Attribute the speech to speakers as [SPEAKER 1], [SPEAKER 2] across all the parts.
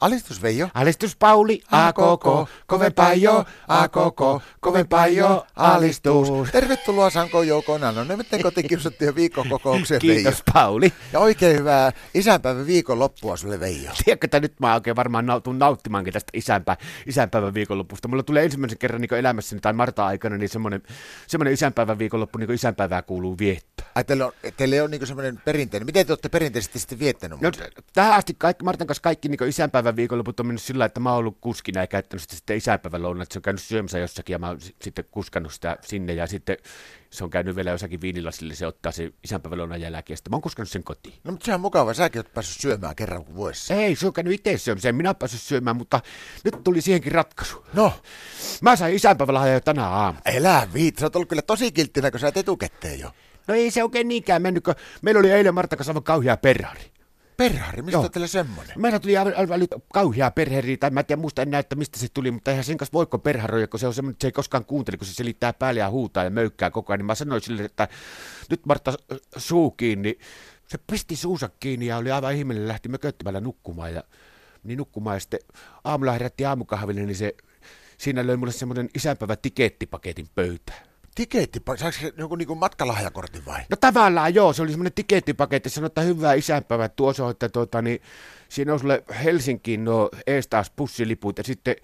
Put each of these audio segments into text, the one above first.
[SPEAKER 1] Alistus Veijo.
[SPEAKER 2] Alistus Pauli, a koko, kovempaa jo, a koko, kovempaa jo, alistus.
[SPEAKER 1] Tervetuloa Sanko No, Joukoon Annonen, miten kotikiusattujen viikkokokoukseen Veijo.
[SPEAKER 2] Kiitos Pauli.
[SPEAKER 1] Ja oikein hyvää isänpäivän viikon loppua sulle Veijo.
[SPEAKER 2] Tiedätkö, että nyt mä oikein varmaan nautun nauttimaankin tästä isänpä, isänpäivän viikonlopusta. Mulla tulee ensimmäisen kerran niin elämässäni tai Marta aikana niin semmoinen, semmoinen isänpäivän viikonloppu, niin kuin isänpäivää kuuluu viettää.
[SPEAKER 1] Ai teillä on, teillä on niinku semmoinen perinteinen, miten te olette perinteisesti sitten viettänyt?
[SPEAKER 2] No,
[SPEAKER 1] muuten?
[SPEAKER 2] t- tähän asti kaikki, Martan kanssa kaikki niin isänpäivän viikonloput on mennyt sillä, lailla, että mä oon ollut kuskina ja käyttänyt sitä sitten isänpäivän lounat. Se on käynyt syömässä jossakin ja mä oon s- sitten kuskannut sitä sinne ja sitten se on käynyt vielä jossakin viinilasille, se ottaa se isänpäivän lounan jälkeen ja sitten mä oon kuskannut sen kotiin.
[SPEAKER 1] No mutta sehän on mukava, säkin oot päässyt syömään kerran vuodessa.
[SPEAKER 2] Ei, se on käynyt itse syömiseen. Minä oon päässyt syömään, mutta nyt tuli siihenkin ratkaisu.
[SPEAKER 1] No,
[SPEAKER 2] Mä sain isänpäivälahjaa jo tänä aamuna.
[SPEAKER 1] elä viit, sä oot ollut kyllä tosi kilttinä, kun sä et etukäteen jo.
[SPEAKER 2] No ei se oikein niinkään mennyt, kun meillä oli eilen Martta kanssa aivan kauhea perhari.
[SPEAKER 1] Perhari, mistä
[SPEAKER 2] Joo.
[SPEAKER 1] Joo. teillä semmoinen?
[SPEAKER 2] Meillä tuli aivan, aivan äly- kauhea perheri, tai mä en tiedä muista enää, että mistä se tuli, mutta eihän sen kanssa voiko perharoja, kun se on semmoinen, että se ei koskaan kuuntele, kun se selittää päälle ja huutaa ja möykkää koko ajan. Niin mä sanoin sille, että nyt Martta äh, suu kiinni. Se pisti suusa kiinni ja oli aivan ihmeellinen, lähti mököttämällä nukkumaan ja niin nukkumaan. Ja sitten aamulla herätti aamukahville, niin se, siinä löi mulle semmoinen isänpäivä tikettipaketin pöytään.
[SPEAKER 1] Tiketti, saako se joku niinku matkalahjakortin vai?
[SPEAKER 2] No tavallaan joo, se oli semmoinen tikettipaketti, sanoi, että hyvää isänpäivää, että tuo osoitte, tuota, niin siinä on sulle Helsinkiin nuo ees taas pussiliput ja sitten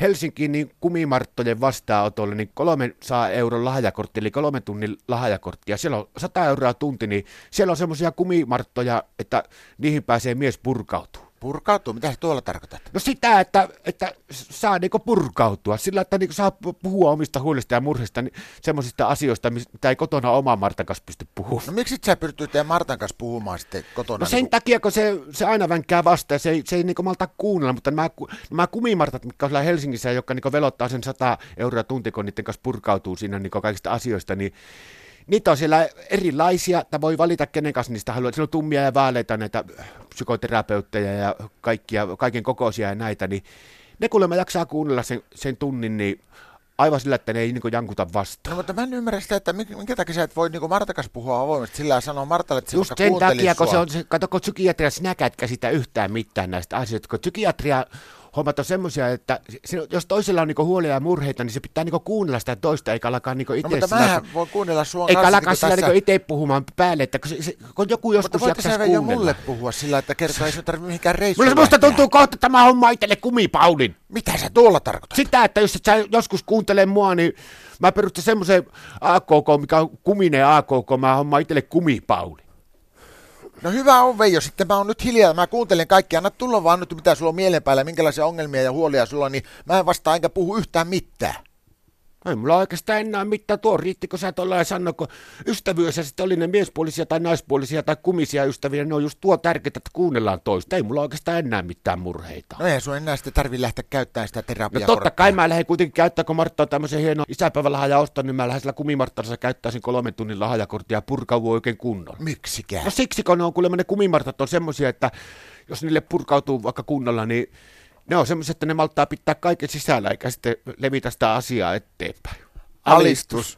[SPEAKER 2] Helsinkiin niin kumimarttojen vastaanotolle niin kolmen saa euron lahjakortti, eli kolmen tunnin lahjakortti. Ja siellä on 100 euroa tunti, niin siellä on semmoisia kumimarttoja, että niihin pääsee mies purkautumaan.
[SPEAKER 1] Purkautuu, mitä sä tuolla tarkoitat?
[SPEAKER 2] No sitä, että, että saa niinku purkautua sillä, että niinku saa pu- puhua omista huolista ja murheista, niin semmoisista asioista, mis- mitä ei kotona oma Martan kanssa pysty puhumaan.
[SPEAKER 1] No miksi et sä pystyy teidän Martan kanssa puhumaan sitten kotona?
[SPEAKER 2] No sen
[SPEAKER 1] niinku-
[SPEAKER 2] takia, kun se, se aina vänkkää vasta ja se ei, se ei niinku malta kuunnella, mutta nämä, ku- nämä kumimartat, mitkä on siellä Helsingissä, jotka niinku velottaa sen 100 euroa tunti, kun niiden kanssa purkautuu siinä niinku kaikista asioista, niin niitä on siellä erilaisia, että voi valita kenen kanssa niistä haluaa. Siellä on tummia ja vaaleita näitä psykoterapeutteja ja kaikkia, kaiken kokoisia ja näitä, niin ne kuulemma jaksaa kuunnella sen, sen tunnin, niin aivan sillä, että ne ei niinku jankuta vastaan.
[SPEAKER 1] No mutta mä en ymmärrä sitä, että mik- minkä takia sä et voi niinku Martan kanssa puhua avoimesti sillä ja sanoa Martalle, että se
[SPEAKER 2] Just
[SPEAKER 1] vaikka
[SPEAKER 2] sen
[SPEAKER 1] kuuntelisi
[SPEAKER 2] takia, kun
[SPEAKER 1] sua.
[SPEAKER 2] se on, se- kato, kun psykiatria, sinä et käsitä yhtään mitään näistä asioista, kun psykiatria hommat on semmoisia, että se- jos toisella on niinku huolia ja murheita, niin se pitää niinku kuunnella sitä toista, eikä alkaa niinku itse
[SPEAKER 1] No mutta mähän voin kuunnella sua
[SPEAKER 2] eikä
[SPEAKER 1] kanssa,
[SPEAKER 2] alkaa
[SPEAKER 1] niinku
[SPEAKER 2] sillä
[SPEAKER 1] tässä-
[SPEAKER 2] niinku itse puhumaan päälle, että kun, se, se, kun joku
[SPEAKER 1] Mutta
[SPEAKER 2] joskus
[SPEAKER 1] voitte
[SPEAKER 2] jaksaisi
[SPEAKER 1] sä Veijo
[SPEAKER 2] kuunnella.
[SPEAKER 1] mulle puhua sillä, että kertoo, ei sun tarvitse mihinkään reissuun
[SPEAKER 2] Mulla musta
[SPEAKER 1] lähteä.
[SPEAKER 2] tuntuu kohta, että tämä homma itselle kumipaulin.
[SPEAKER 1] Mitä sä tuolla tarkoitat?
[SPEAKER 2] Sitä, että jos et sä joskus kuuntelee mua, niin mä perustan semmoisen AKK, mikä on kuminen AKK, mä homma itselle kumipauli.
[SPEAKER 1] No hyvä on Veijo, sitten mä oon nyt hiljaa, mä kuuntelen kaikkia, anna tulla vaan nyt mitä sulla on mielen päällä, minkälaisia ongelmia ja huolia sulla on, niin mä en vastaa enkä puhu yhtään mitään.
[SPEAKER 2] Ei mulla oikeastaan enää mitään tuo, riittikö sä tuolla ja sanoa, kun ystävyydessä sitten oli ne miespuolisia tai naispuolisia tai kumisia ystäviä, ne on just tuo tärkeää, että kuunnellaan toista. Ei mulla oikeastaan enää mitään murheita.
[SPEAKER 1] No eihän sun enää sitten tarvi lähteä käyttämään sitä
[SPEAKER 2] No
[SPEAKER 1] terapiaa.
[SPEAKER 2] totta kai mä lähden kuitenkin käyttää, kun Martta on tämmöisen hienon isänpäivälahaja ostanut, niin mä lähden sillä kumimarttansa käyttää sen kolmen tunnin lahajakorttia ja purkaudu oikein kunnolla.
[SPEAKER 1] Miksikään?
[SPEAKER 2] No siksi, kun ne on kuulemma ne kumimartat on semmoisia, että jos niille purkautuu vaikka kunnolla, niin ne on semmoisia, että ne malttaa pitää kaiken sisällä, eikä sitten levitä sitä asiaa eteenpäin.
[SPEAKER 1] Alistus.